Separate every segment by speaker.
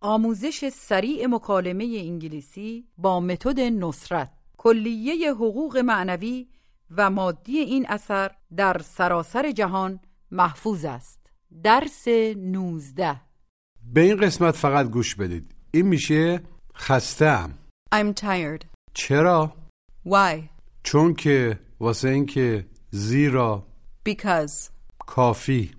Speaker 1: آموزش سریع مکالمه انگلیسی با متد نصرت کلیه حقوق معنوی و مادی این اثر در سراسر جهان محفوظ است درس 19
Speaker 2: به این قسمت فقط گوش بدید این میشه خستم
Speaker 3: I'm tired.
Speaker 2: چرا؟
Speaker 3: Why?
Speaker 2: چون که واسه اینکه زیرا
Speaker 3: Because.
Speaker 2: کافی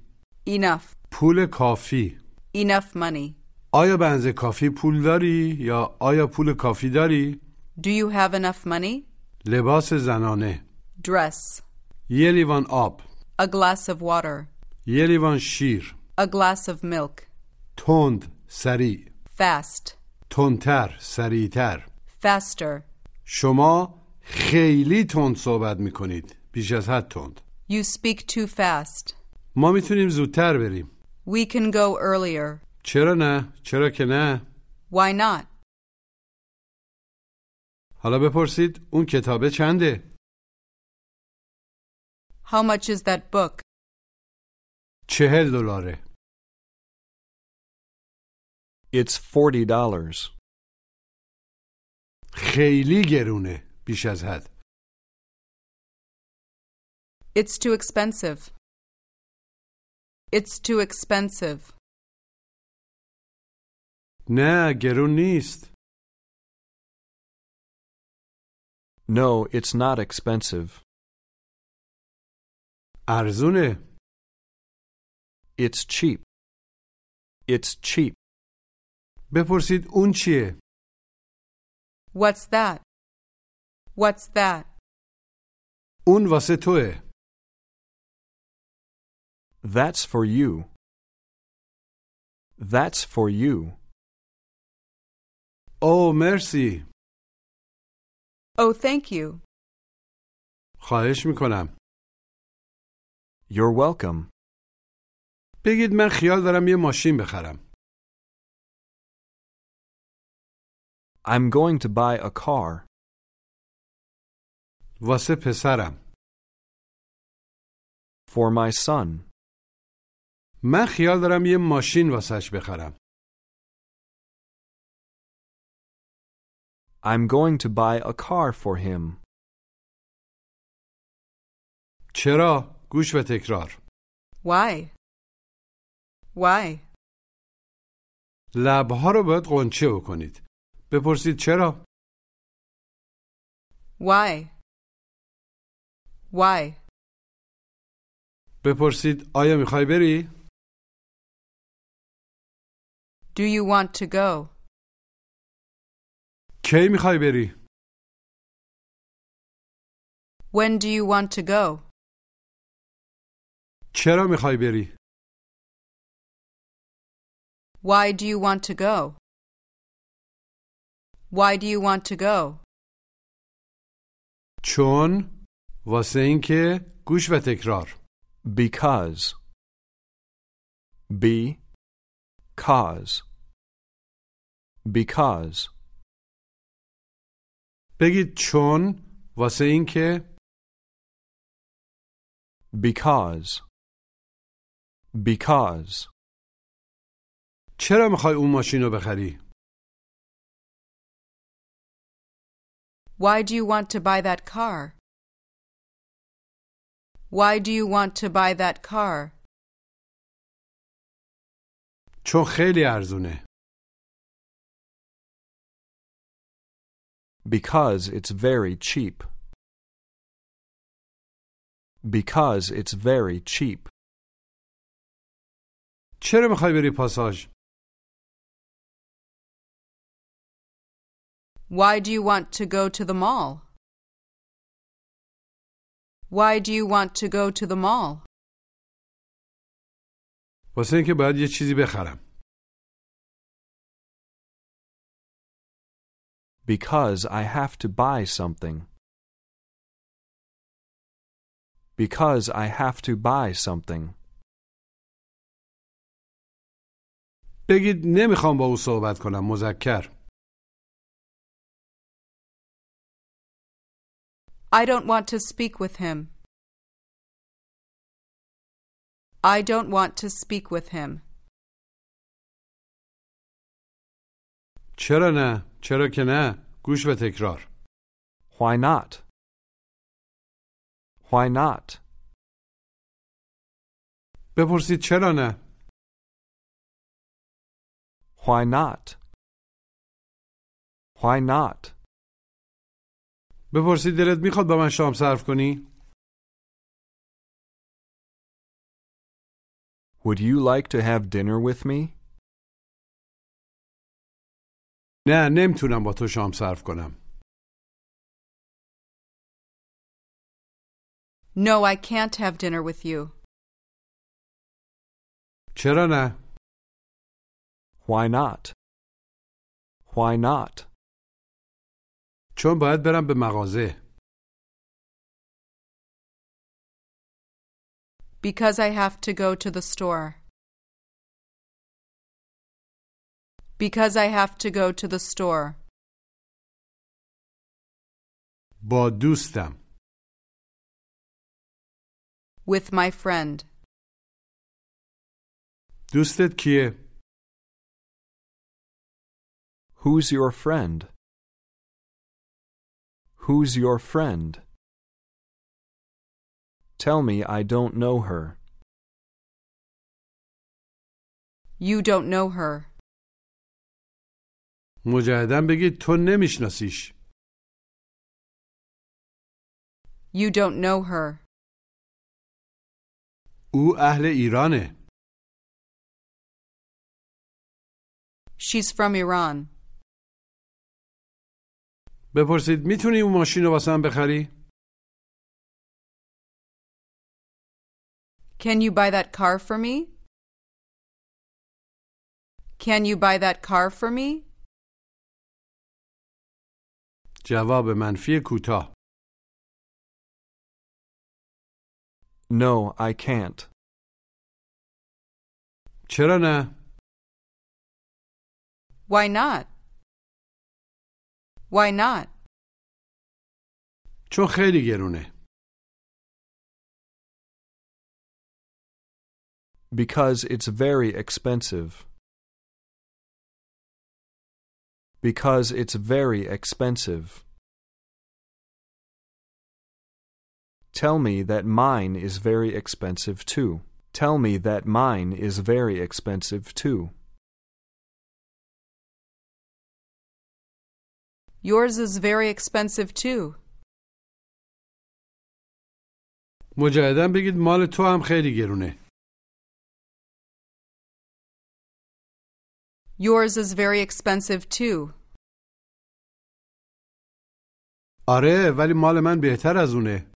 Speaker 3: Enough.
Speaker 2: پول کافی
Speaker 3: Enough money.
Speaker 2: آیا بنز کافی پول داری یا آیا پول کافی داری؟
Speaker 3: Do you have enough money?
Speaker 2: لباس زنانه
Speaker 3: Dress.
Speaker 2: یه لیوان آب
Speaker 3: A glass of water.
Speaker 2: یه لیوان شیر
Speaker 3: A glass of milk.
Speaker 2: تند سریع
Speaker 3: Fast.
Speaker 2: تندتر سریعتر
Speaker 3: Faster.
Speaker 2: شما خیلی تند صحبت میکنید بیش از حد تند
Speaker 3: You speak too fast.
Speaker 2: ما میتونیم زودتر بریم
Speaker 3: We can go earlier.
Speaker 2: چرا نه؟ چرا که نه؟
Speaker 3: Why not?
Speaker 2: حالا بپرسید اون کتابه چنده؟
Speaker 3: How much is that book?
Speaker 2: چهل دلاره.
Speaker 4: It's forty dollars.
Speaker 2: خیلی گرونه بیش از حد.
Speaker 3: It's too expensive. It's too expensive.
Speaker 2: نه گرون نیست.
Speaker 4: No, it's not expensive.
Speaker 2: ارزونه.
Speaker 4: It's cheap. It's cheap.
Speaker 2: بپرسید اون چیه؟
Speaker 3: What's that? What's that?
Speaker 2: اون واسه توه.
Speaker 4: That's for you. That's for you.
Speaker 2: او مرسی.
Speaker 3: Oh, thank you.
Speaker 2: خواهش میکنم.
Speaker 4: You're welcome.
Speaker 2: بگید من خیال دارم یه ماشین بخرم.
Speaker 4: I'm going to buy a car.
Speaker 2: واسه پسرم.
Speaker 4: For my son.
Speaker 2: من خیال دارم یه ماشین واسهش بخرم.
Speaker 4: I'm going to buy a car for him.
Speaker 2: چرا؟ گوش و تکرار.
Speaker 3: Why? Why?
Speaker 2: لبها رو باید قنچه بکنید. بپرسید چرا؟
Speaker 3: Why? Why?
Speaker 2: بپرسید آیا میخوای بری؟
Speaker 3: Do you want to go?
Speaker 2: کی میخوای بری؟
Speaker 3: When do you want to go?
Speaker 2: چرا میخوای بری؟
Speaker 3: Why do you want to go? Why do you want to go?
Speaker 2: چون واسه اینکه گوش و تکرار
Speaker 4: Because. Be. Cause. Because.
Speaker 2: بگید چون واسه اینکه
Speaker 4: Because. Because.
Speaker 2: چرا میخوای اون ماشین رو بخری؟
Speaker 3: Why do you want to buy that car? Why do you want to buy that car?
Speaker 2: چون خیلی ارزونه
Speaker 4: Because it's very cheap. Because it's very cheap.
Speaker 2: چرا میخوای بری پاساژ؟
Speaker 3: Why do you want to go to the mall? Why do you want to go to the mall?
Speaker 2: واسه اینکه باید یه چیزی بخرم
Speaker 4: Because I have to buy something. Because I have to buy something.
Speaker 2: بگید نمیخوام با او صحبت کنم مذکر
Speaker 3: I don't want to speak with him. I don't want to speak with him.
Speaker 2: چرا نه؟ چرا که نه؟ گوش به تکرار.
Speaker 4: Why not? Why not?
Speaker 2: بپرسید چرا نه؟
Speaker 4: Why not? Why not?
Speaker 2: بپرسید دلت میخواد با من شام صرف کنی؟
Speaker 4: Would you like to have dinner with me?
Speaker 2: نه نمیتونم با تو شام صرف کنم.
Speaker 3: No, I can't have dinner with you.
Speaker 2: چرا نه؟
Speaker 4: Why not? Why not?
Speaker 2: چون باید برم به مغازه.
Speaker 3: Because I have to go to the store. Because I have to go to the store.
Speaker 2: با دوستم.
Speaker 3: With my friend.
Speaker 2: دوستت کیه؟
Speaker 4: Who's your friend? Who's your friend? Tell me I don't know her.
Speaker 3: You don't know her.
Speaker 2: مجددا بگید تو نمیشناسیش.
Speaker 3: You don't know her.
Speaker 2: او اهل ایرانه.
Speaker 3: She's from Iran.
Speaker 2: بپرسید میتونی اون ماشین رو واسم بخری؟
Speaker 3: Can you buy that car for me? Can you buy that car for me?
Speaker 2: جواب منفی کوتاه.
Speaker 4: No, I can't.
Speaker 2: چرا نه؟
Speaker 3: Why not? Why not?
Speaker 2: چون خیلی گرونه.
Speaker 4: Because it's very expensive. Because it's very expensive. Tell me that mine is very expensive too. Tell me that mine is very expensive too.
Speaker 3: Yours is very expensive too.
Speaker 2: مجددا بگید مال تو هم خیلی گرونه.
Speaker 3: Yours is very expensive too.
Speaker 2: آره ولی مال من بهتر از اونه.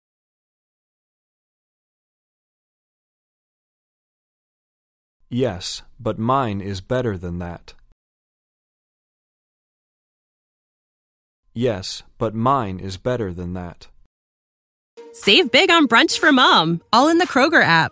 Speaker 4: Yes, but mine is better than that. Yes, but mine is better than that.
Speaker 5: Save big on brunch for mom, all in the Kroger app.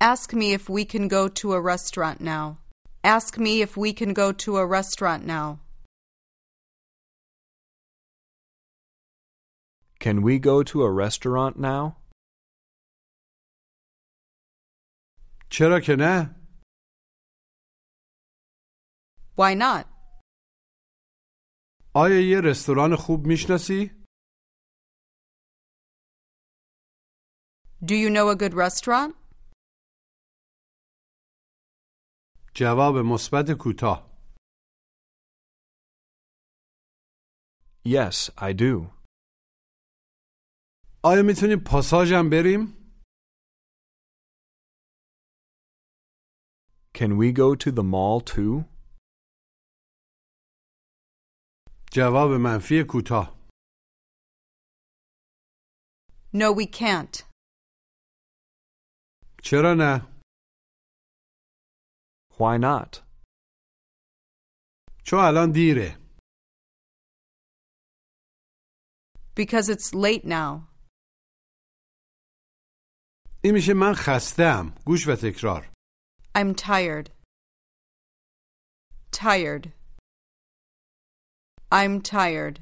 Speaker 3: Ask me if we can go to a restaurant now. Ask me if we can go to a restaurant now.
Speaker 4: Can we go to a restaurant now?
Speaker 2: چرا که نه؟
Speaker 3: Why not?
Speaker 2: آیا یه رستوران خوب میشناسی؟
Speaker 3: Do you know a good restaurant?
Speaker 2: جواب مثبت کوتاه.
Speaker 4: Yes, I do.
Speaker 2: آیا میتونیم پاساژم بریم؟
Speaker 4: Can we go to the mall too?
Speaker 2: جواب منفی کوتاه.
Speaker 3: No, we can't.
Speaker 2: چرا نه؟
Speaker 4: Why not?
Speaker 2: چون الان دیره.
Speaker 3: because it's late now.
Speaker 2: این میشه من خستم گوش و تکرار
Speaker 3: I'm tired. Tired. I'm tired.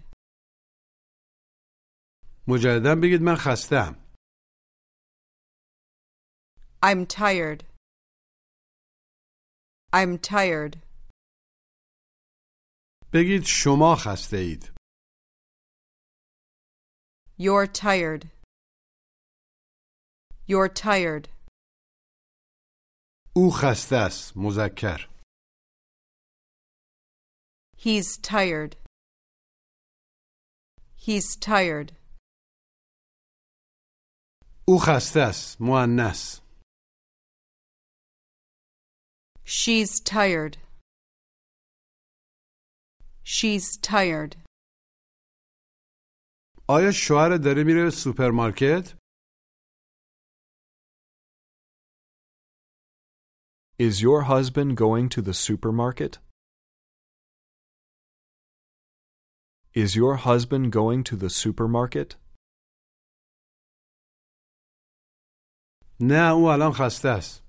Speaker 2: مجددا بگید من خستم
Speaker 3: I'm tired. I'm tired.
Speaker 2: بگید شما خسته اید
Speaker 3: You're tired. You're tired.
Speaker 2: او خسته است مذکر
Speaker 3: He's tired. He's tired.
Speaker 2: او خسته است مؤنث
Speaker 3: She's tired. She's tired.
Speaker 2: آیا شوهرت داره میره سوپرمارکت
Speaker 4: Is your husband going to the supermarket? Is your husband going to the supermarket?
Speaker 2: نه او الان خسته است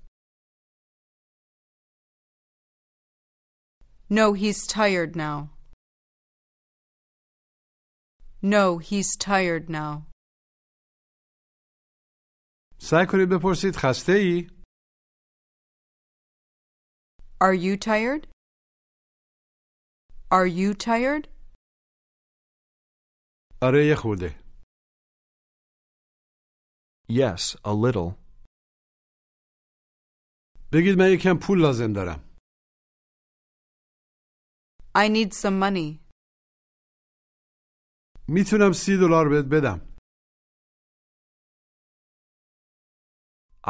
Speaker 3: No, he's tired now. No, he's tired now.
Speaker 2: سعی کنید بپرسید خسته ای
Speaker 3: Are you tired? Are you tired?
Speaker 2: آره یه خورده
Speaker 4: Yes, a little.
Speaker 2: بگید من یکم پول لازم دارم
Speaker 3: I need some money.
Speaker 2: میتونم سی دلار بهت بدم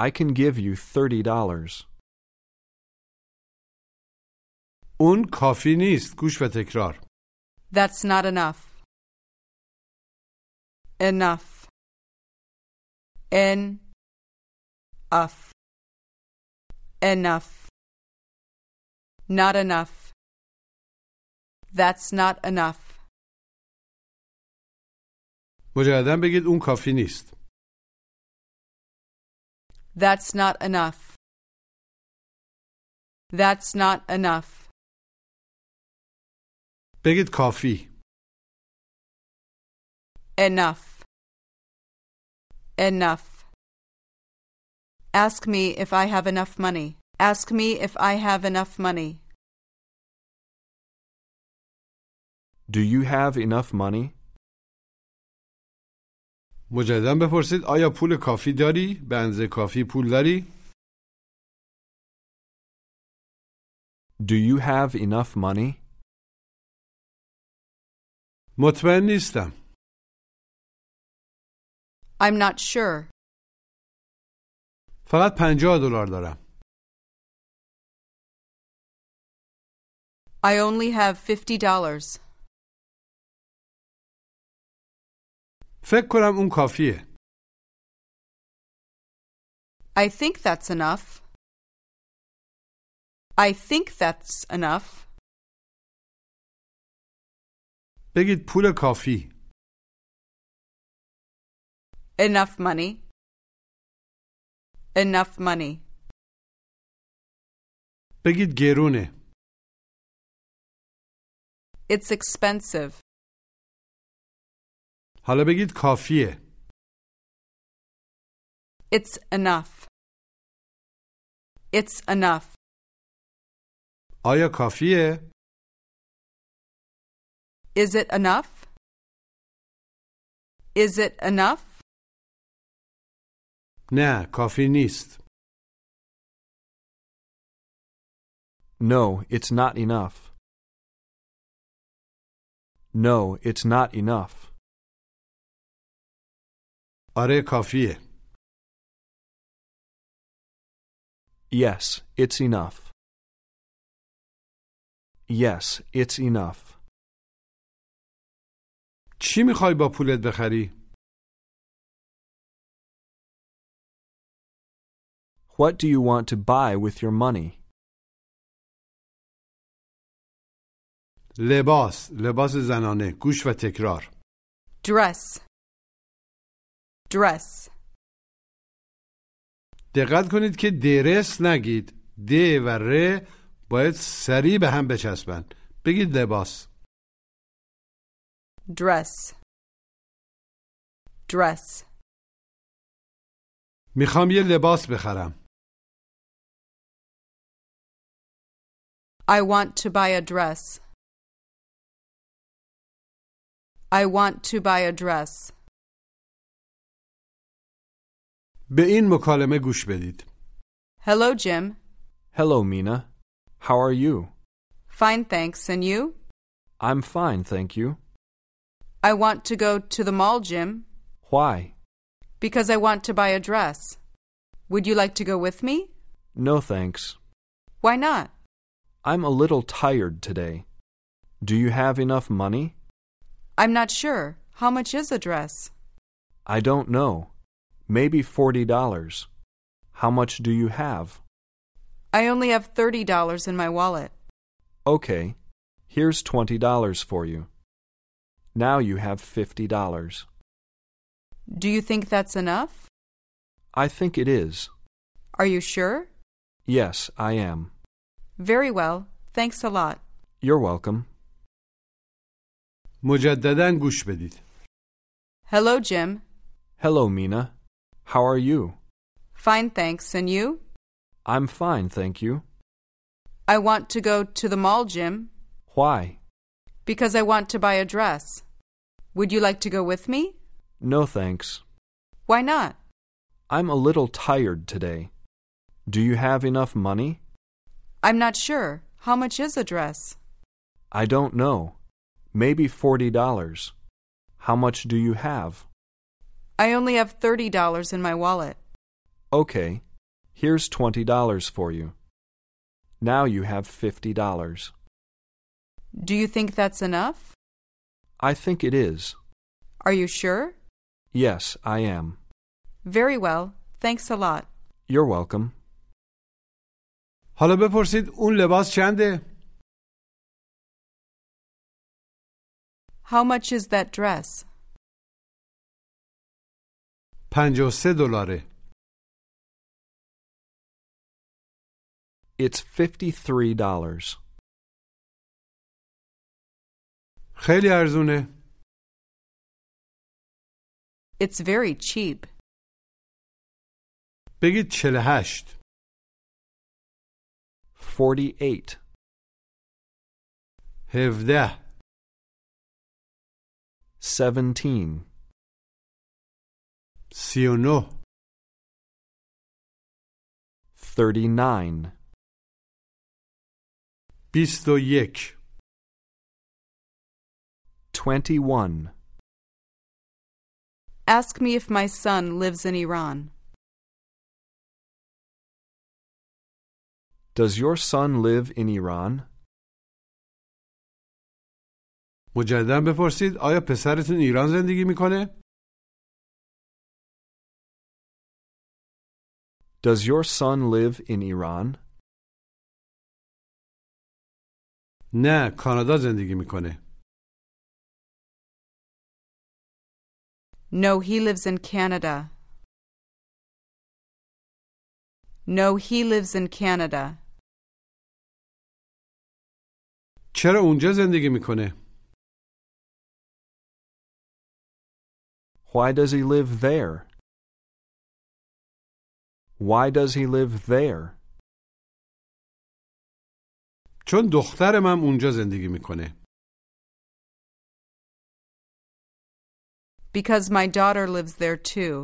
Speaker 4: I can give you $30.
Speaker 2: اون کافی نیست گوش و تکرار
Speaker 3: That's not enough. Enough. En. Uff. Enough. Not enough. That's not enough.
Speaker 2: مجددا بگید اون کافی نیست
Speaker 3: That's not enough. That's not enough.
Speaker 2: بگید کافی
Speaker 3: Enough. Enough. Ask me if I have enough money. Ask me if I have enough money.
Speaker 4: Do you have enough money?
Speaker 2: مجددا بپرسید آیا پول کافی داری به اندازه کافی پول داری
Speaker 4: Do you have enough money?
Speaker 2: مطمئن نیستم
Speaker 3: I'm not sure.
Speaker 2: فقط 50 دلار دارم
Speaker 3: I only have fifty dollars.
Speaker 2: فکر کنم اون کافیه
Speaker 3: I think that's enough. I think that's enough.
Speaker 2: بگید پول کافی
Speaker 3: Enough money. Enough money.
Speaker 2: بگید گرونه
Speaker 3: It's expensive.
Speaker 2: حالا بگید کافیه
Speaker 3: It's enough. It's enough.
Speaker 2: آیا کافیه
Speaker 3: Is it enough? Is it enough?
Speaker 2: نه کافی نیست
Speaker 4: No, it's not enough. No, it's not enough.
Speaker 2: آره کافیه
Speaker 4: Yes, it's enough. Yes, it's enough.
Speaker 2: چی میخوای با پولت بخری
Speaker 4: What do you want to buy with your money?
Speaker 2: لباس لباس زنانه گوش و تکرار
Speaker 3: dress, dress,
Speaker 2: دقت کنید که درس نگید د و ر باید سریع به هم بچسبن بگید لباس
Speaker 3: dress, dress.
Speaker 2: میخوام یه لباس بخرم
Speaker 3: I want to buy a dress. I want to buy a dress.
Speaker 2: به این مکالمه گوش بدید
Speaker 3: Hello, Jim.
Speaker 4: Hello, Mina. How are you?
Speaker 3: Fine, thanks. And you?
Speaker 4: I'm fine, thank you.
Speaker 3: I want to go to the mall, Jim,
Speaker 4: Why?
Speaker 3: because I want to buy a dress. Would you like to go with me?
Speaker 4: No thanks.
Speaker 3: Why not?
Speaker 4: I'm a little tired today. Do you have enough money?
Speaker 3: I'm not sure. How much is a dress?
Speaker 4: I don't know. Maybe $40. How much do you have?
Speaker 3: I only have $30 in my wallet.
Speaker 4: Okay. Here's $20 for you. Now you have $50.
Speaker 3: Do you think that's enough?
Speaker 4: I think it is.
Speaker 3: Are you sure?
Speaker 4: Yes, I am.
Speaker 3: Very well. Thanks a lot.
Speaker 4: You're welcome.
Speaker 2: مجددا گوش بدید
Speaker 3: Hello, Jim.
Speaker 4: Hello, Mina. How are you?
Speaker 3: Fine, thanks. And you?
Speaker 4: I'm fine, thank you.
Speaker 3: I want to go to the mall, Jim,
Speaker 4: Why?
Speaker 3: because I want to buy a dress. Would you like to go with me?
Speaker 4: No thanks.
Speaker 3: Why not?
Speaker 4: I'm a little tired today. Do you have enough money?
Speaker 3: I'm not sure. How much is a dress?
Speaker 4: I don't know. Maybe $40. How much do you have?
Speaker 3: I only have $30 in my wallet.
Speaker 4: Okay. Here's $20 for you. Now you have $50.
Speaker 3: Do you think that's enough?
Speaker 4: I think it is.
Speaker 3: Are you sure?
Speaker 4: Yes, I am.
Speaker 3: Very well. Thanks a lot.
Speaker 4: You're welcome.
Speaker 2: حالا بپرسید اون لباس چنده
Speaker 3: How much is that dress?
Speaker 2: 53 دلاره
Speaker 4: It's $53.
Speaker 2: خیلی ارزونه
Speaker 3: It's very cheap.
Speaker 2: بگید 48
Speaker 4: 48.
Speaker 2: 17
Speaker 4: 17.
Speaker 2: 39
Speaker 4: 39.
Speaker 2: 21
Speaker 4: 21.
Speaker 3: Ask me if my son lives in Iran.
Speaker 4: Does your son live in Iran?
Speaker 2: مجددا بپرسید آیا پسرتون ایران زندگی میکنه؟
Speaker 4: Does your son live in Iran?
Speaker 2: نه کانادا زندگی میکنه
Speaker 3: No, he lives in Canada. No, he lives in Canada
Speaker 2: چرا اونجا زندگی میکنه؟
Speaker 4: Why does he live there? Why does he live there?
Speaker 2: چون دختر من اونجا زندگی میکنه
Speaker 3: because my daughter lives there too.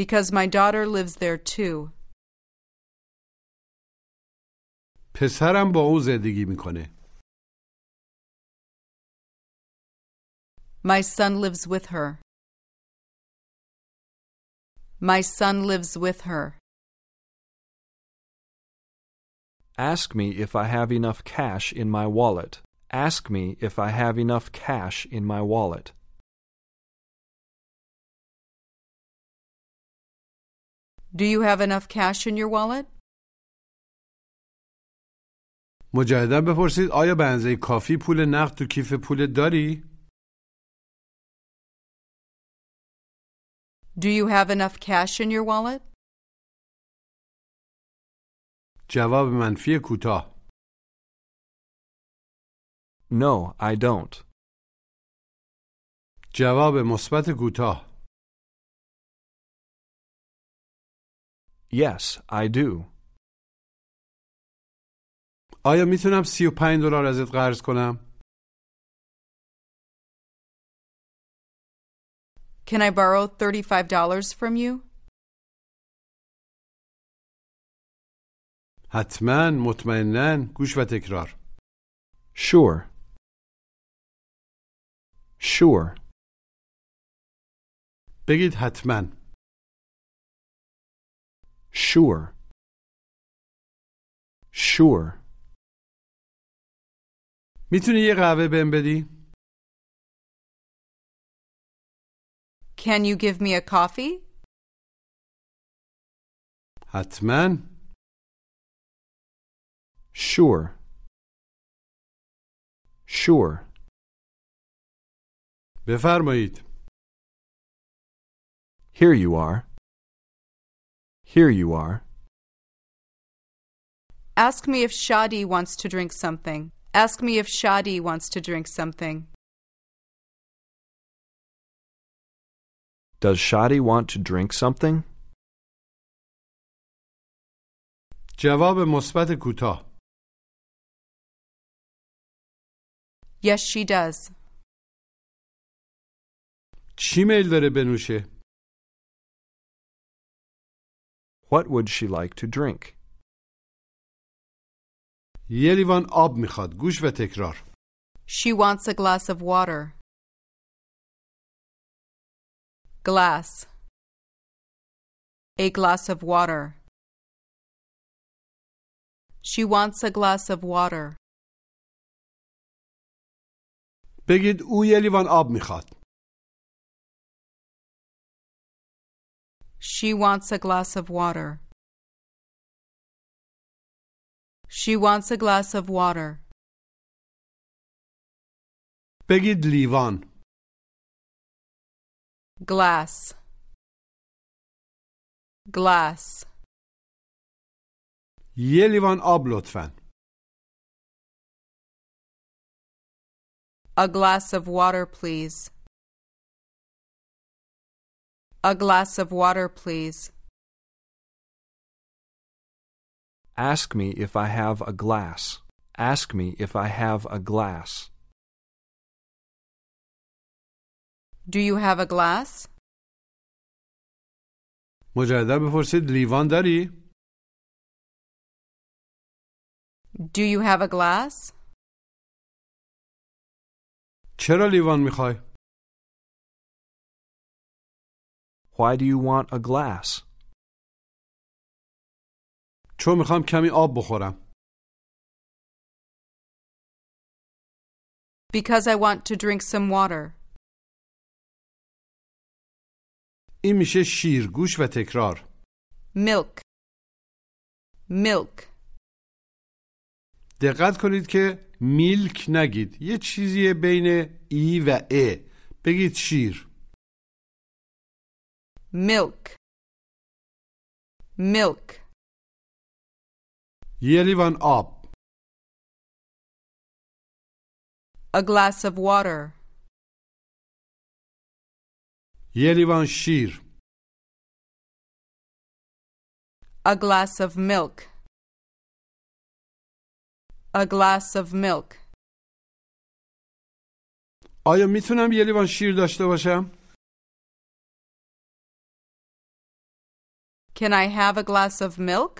Speaker 3: Because my daughter lives there too.
Speaker 2: پسرم با اون زندگی میکنه
Speaker 3: My son lives with her. My son lives with her.
Speaker 4: Ask me if I have enough cash in my wallet. Ask me if I have enough cash in my wallet.
Speaker 3: Do you have enough cash in your wallet?
Speaker 2: مجددا بپرسید آیا به اندازه کافی پول نقد تو کیف پول داری؟
Speaker 3: Do you have enough cash in your wallet?
Speaker 2: جواب منفی کوتاه
Speaker 4: No, I don't.
Speaker 2: جواب مثبت کوتاه
Speaker 4: Yes, I do.
Speaker 2: آیا میتونم 35 دلار ازت قرض کنم؟
Speaker 3: Can I borrow $35 from you?
Speaker 2: حتما مطمئنا گوش و تکرار
Speaker 4: Sure. Sure.
Speaker 2: بگید حتما
Speaker 4: Sure. Sure.
Speaker 2: میتونی یه قهوه بهم بدی؟
Speaker 3: Can you give me a coffee?
Speaker 2: حتما
Speaker 4: Sure. Sure.
Speaker 2: بفرمایید
Speaker 4: Here you are. Here you are.
Speaker 3: Ask me if Shadi wants to drink something. Ask me if Shadi wants to drink something.
Speaker 4: Does Shadi want to drink something?
Speaker 2: جواب مثبت کوتاه
Speaker 3: Yes, she does.
Speaker 2: چی میل داره بنوشه؟
Speaker 4: What would she like to drink?
Speaker 2: یه لیوان آب میخواد گوش و تکرار
Speaker 3: She wants a glass of water. Glass. A glass of water. She wants a glass of water.
Speaker 2: بگید او یه لیوان آب میخواد
Speaker 3: She wants a glass of water. She wants a glass of water.
Speaker 2: بگید لیوان
Speaker 3: Glass. Glass.
Speaker 2: یه لیوان آب لطفا
Speaker 3: A glass of water, please. A glass of water, please.
Speaker 4: Ask me if I have a glass. Ask me if I have a glass.
Speaker 3: Do you have a glass?
Speaker 2: مجددا بپرسید لیوان داری؟
Speaker 3: Do you have a glass?
Speaker 2: چرا لیوان میخوای؟
Speaker 4: Why do you want a glass?
Speaker 2: چون میخوام کمی آب بخورم
Speaker 3: Because I want to drink some water.
Speaker 2: این میشه شیر گوش و تکرار
Speaker 3: Milk. Milk.
Speaker 2: دقت کنید که میلک نگید یه چیزی بین ای و ا بگید شیر
Speaker 3: Milk. Milk.
Speaker 2: یه لیوان آب
Speaker 3: A glass of water.
Speaker 2: یه لیوان شیر
Speaker 3: A glass of milk. A glass of milk.
Speaker 2: آیا میتونم یه لیوان شیر داشته باشم؟
Speaker 3: Can I have a glass of milk?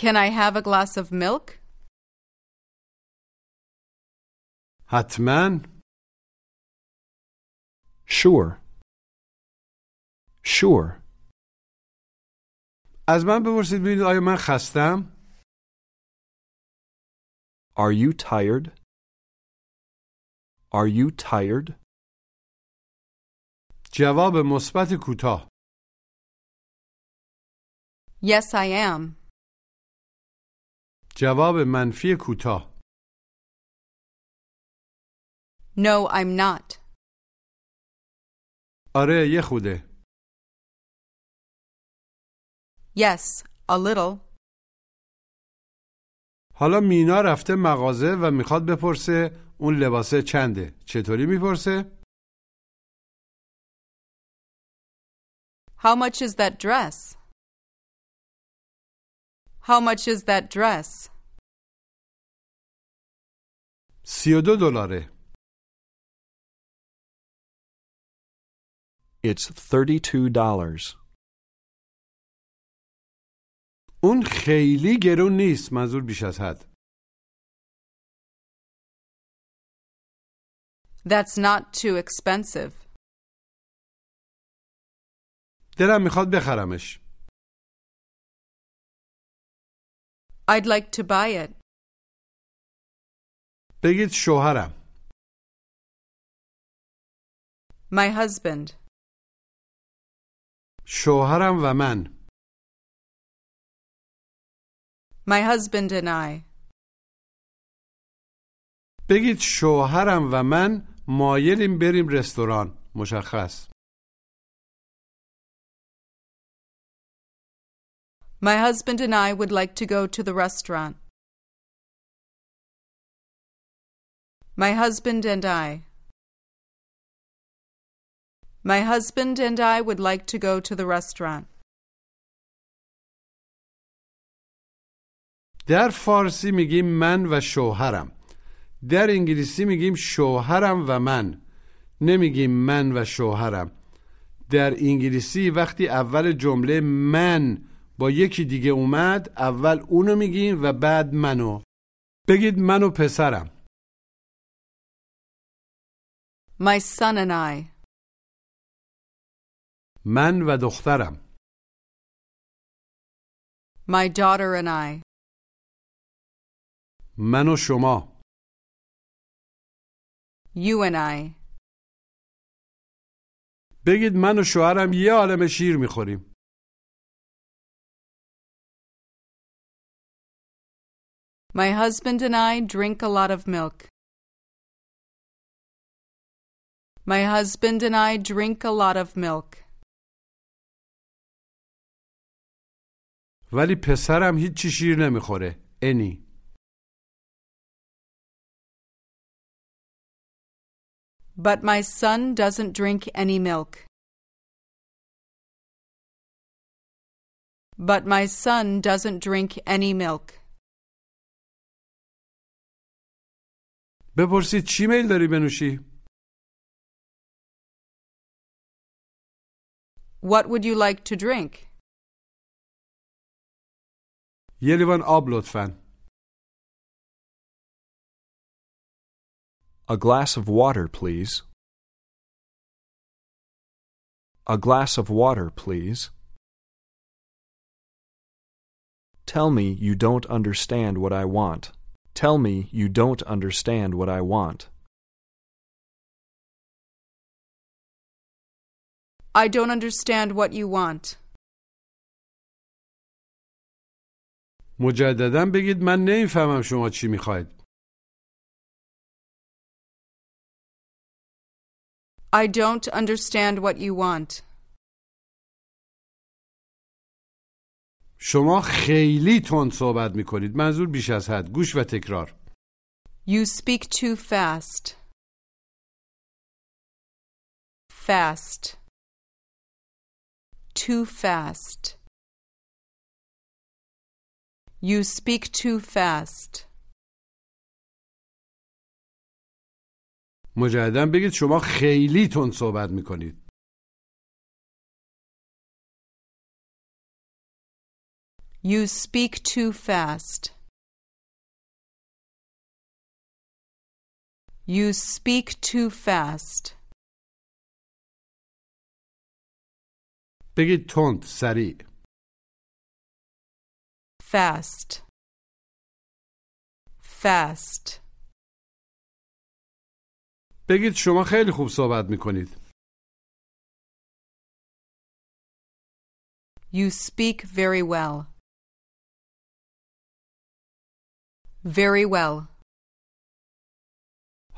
Speaker 3: Can I have a glass of milk?
Speaker 2: حتما
Speaker 4: Sure. Sure.
Speaker 2: از من بپرسید ببینید آیا من خستم؟
Speaker 4: Are you tired? Are you tired?
Speaker 2: جواب مثبت کوتاه
Speaker 3: Yes, I am.
Speaker 2: جواب منفی کوتاه
Speaker 3: No, I'm not.
Speaker 2: آره یه خوده
Speaker 3: Yes, a little.
Speaker 2: حالا مینا رفته مغازه و میخواد بپرسه اون لباسه چنده چطوری میپرسه؟
Speaker 3: How much is that dress? How much is that dress?
Speaker 2: سی و دو دلاره
Speaker 4: It's $32.
Speaker 2: اون خیلی گرون نیست منظور بیش از حد
Speaker 3: That's not too expensive.
Speaker 2: دلم میخواد بخرمش
Speaker 3: I'd like to buy it.
Speaker 2: بگید شوهرم
Speaker 3: My husband.
Speaker 2: شوهرم و من
Speaker 3: My husband and I.
Speaker 2: بگید شوهرم و من مایلیم بریم رستوران مشخص
Speaker 3: My husband and I would like to go to the restaurant. My husband and I. My husband and I would like to go to the restaurant.
Speaker 2: در فارسی میگیم من و شوهرم در انگلیسی میگیم شوهرم و من نمیگیم من و شوهرم در انگلیسی وقتی اول جمله من با یکی دیگه اومد اول اونو میگیم و بعد منو بگید من و پسرم
Speaker 3: My son and I.
Speaker 2: من و دخترم
Speaker 3: My daughter and I.
Speaker 2: من و شما
Speaker 3: You and I.
Speaker 2: بگید من و شوهرم یه عالم شیر میخوریم
Speaker 3: My husband and I drink a lot of milk. My husband and I drink a lot of milk.
Speaker 2: ولی پسرم هیچی شیر نمیخوره انی
Speaker 3: But my son doesn't drink any milk. But my son doesn't drink any milk.
Speaker 2: بپرسید چی میل داری بنوشی
Speaker 3: What would you like to drink?
Speaker 2: یه لیوان آب لطفا
Speaker 4: A glass of water, please. A glass of water, please. Tell me you don't understand what I want. Tell me you don't understand what I want.
Speaker 3: I don't understand what you want.
Speaker 2: مجددا بگید من نمیفهمم شما چی میخواید
Speaker 3: I don't understand what you want.
Speaker 2: شما خیلی تند صحبت میکنید منظور بیش از حد گوش و تکرار
Speaker 3: You speak too fast. Fast. Too fast. You speak too fast.
Speaker 2: مجددا بگید شما خیلی تند صحبت میکنید
Speaker 3: You speak too fast. You speak too fast.
Speaker 2: بگید تند سریع
Speaker 3: Fast. Fast.
Speaker 2: بگید شما خیلی خوب صحبت میکنید
Speaker 3: You speak very well. Very well.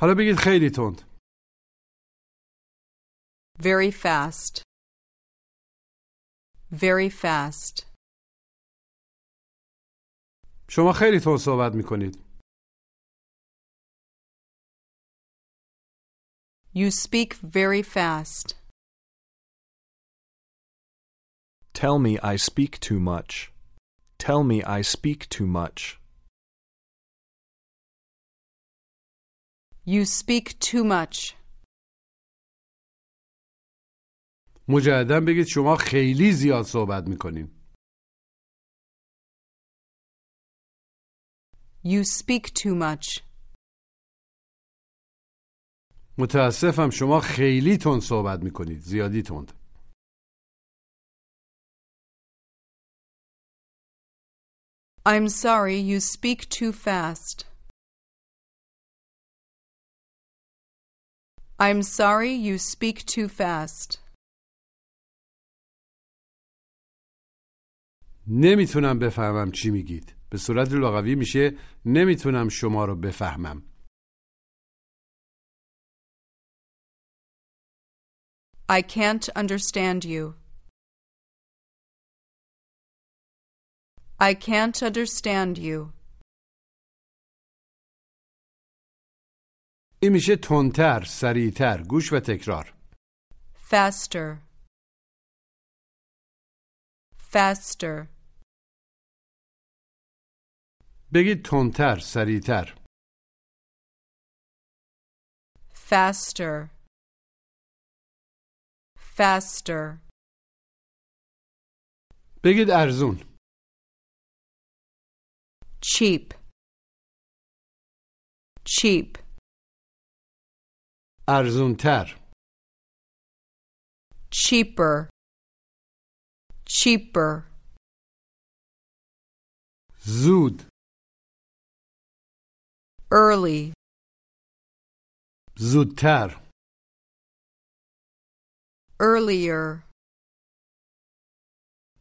Speaker 2: حالا بگید خیلی تند
Speaker 3: Very fast. Very fast.
Speaker 2: شما خیلی تند صحبت میکنید
Speaker 3: You speak very fast.
Speaker 4: Tell me I speak too much. Tell me I speak too much.
Speaker 3: You speak too much.
Speaker 2: مجددا بگید شما خیلی زیاد صحبت میکنین
Speaker 3: You speak too much.
Speaker 2: متاسفم شما خیلی تند صحبت میکنید زیادی تند
Speaker 3: I'm sorry you speak too fast. I'm sorry you speak too fast.
Speaker 2: نمیتونم بفهمم چی میگید به صورت لغوی میشه نمیتونم شما رو بفهمم
Speaker 3: I can't understand you. I can't understand you.
Speaker 2: این میشه تندتر سریعتر گوش و تکرار
Speaker 3: Faster. Faster.
Speaker 2: بگید تندتر سریعتر
Speaker 3: Faster. Faster.
Speaker 2: بگید ارزون
Speaker 3: Cheap. Cheap.
Speaker 2: ارزونتر
Speaker 3: Cheaper. Cheaper.
Speaker 2: زود
Speaker 3: Early.
Speaker 2: زودتر
Speaker 3: Earlier.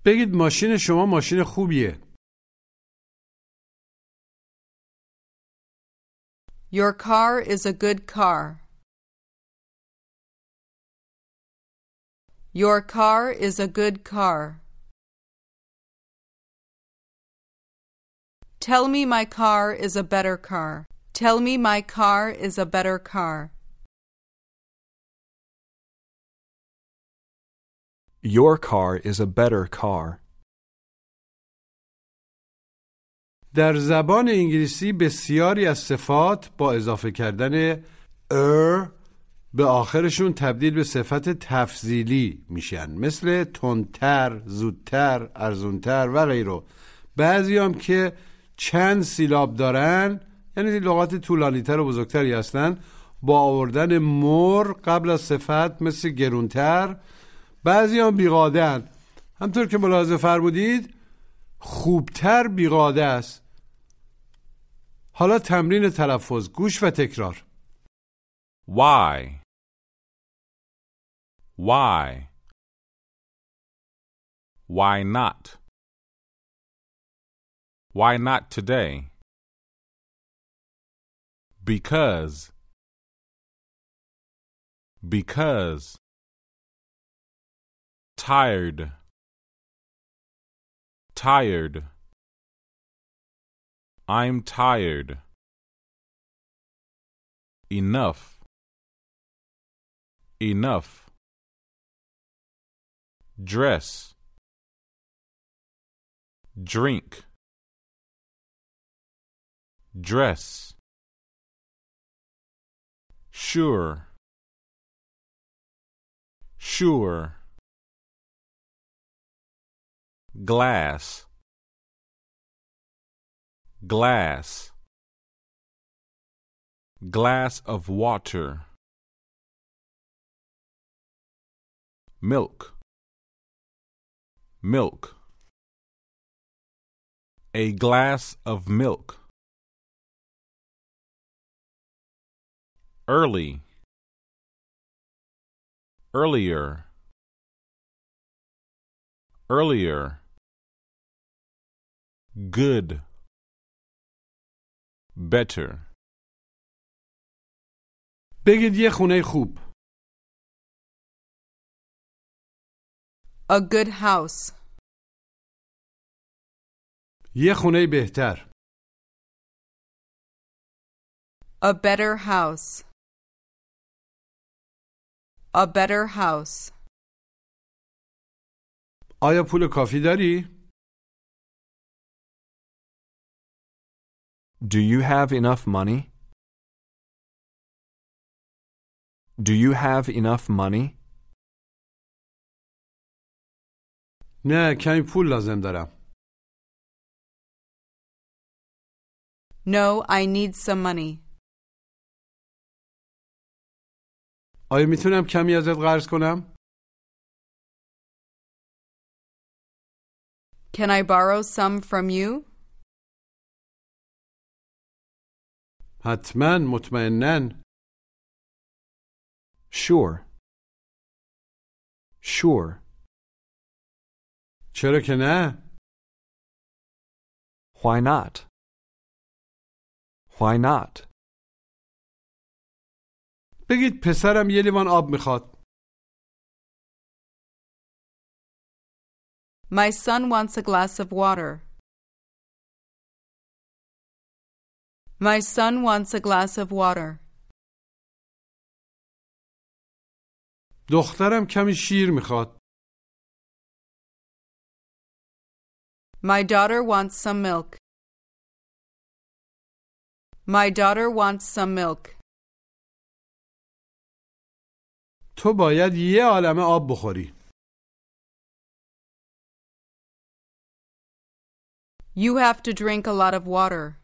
Speaker 2: بگید ماشین شما ماشین خوبیه
Speaker 3: Your car is a good car. Your car is a good car. Tell me my car is a better car. Tell me my car is a better car.
Speaker 4: Your car is a better car.
Speaker 2: در زبان انگلیسی بسیاری از صفات با اضافه کردن er به آخرشون تبدیل به صفت تفضیلی میشن مثل تندتر، زودتر، ارزونتر و غیره بعضی هم که چند سیلاب دارن یعنی لغات طولانیتر و بزرگتری هستن با آوردن مر قبل از صفت مثل گرونتر بعضی هم بیقادن همطور که ملاحظه فرمودید خوبتر بیقاده است حالا تمرین تلفظ گوش و تکرار
Speaker 6: Why? Why? Why not? Why not today? Because. Because. Tired. Tired. I'm tired. Enough. Enough. Dress. Drink. Dress. Sure. Sure. Glass. Glass. Glass of water. milk milk a glass of milk early earlier earlier good better.
Speaker 2: بگید یه خونه خوب
Speaker 3: A good house.
Speaker 2: یه خونه بهتر
Speaker 3: A better house. A better house.
Speaker 2: آیا پول کافی داری؟
Speaker 4: Do you have enough money? Do you have enough money?
Speaker 2: نه کمی پول لازم دارم
Speaker 3: No, I need some money.
Speaker 2: آیا میتونم کمی ازت قرض کنم؟
Speaker 3: Can I borrow some from you?
Speaker 2: حتما مطمئنا
Speaker 4: Sure. Sure.
Speaker 2: چرا که نه؟
Speaker 4: Why not? Why not?
Speaker 2: بگید پسرم یه لیوان آب میخواد
Speaker 3: My son wants a glass of water. My son wants a glass of water.
Speaker 2: دخترم کمی شیر میخواد
Speaker 3: My daughter wants some milk. My daughter wants some milk.
Speaker 2: تو باید یه عالمه آب بخوری
Speaker 3: You have to drink a lot of water.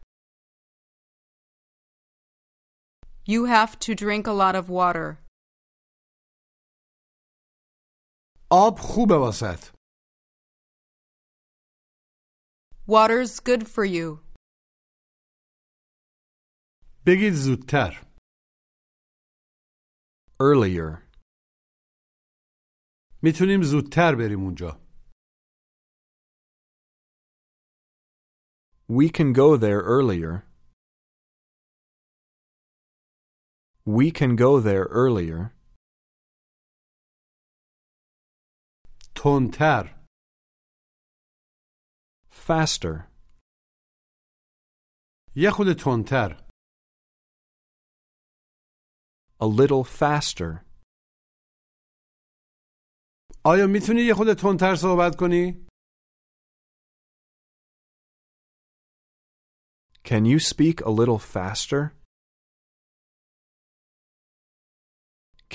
Speaker 3: You have to drink a lot of water.
Speaker 2: آب خوبه واسط
Speaker 3: Water's good for you.
Speaker 2: بگید زودتر
Speaker 4: Earlier.
Speaker 2: میتونیم زودتر بریم اونجا
Speaker 4: We can go there earlier. We can go there earlier.
Speaker 2: تندتر
Speaker 4: Faster.
Speaker 2: یه خود تندتر
Speaker 4: A little faster.
Speaker 2: آیا میتونی یه خود تندتر صحبت کنی؟
Speaker 4: Can you speak a little faster?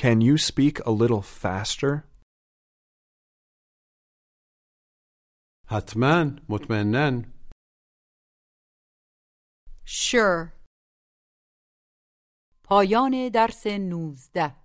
Speaker 4: Can you speak a little faster?
Speaker 2: حتما مطمئنا
Speaker 3: Sure.
Speaker 1: پایان درس 19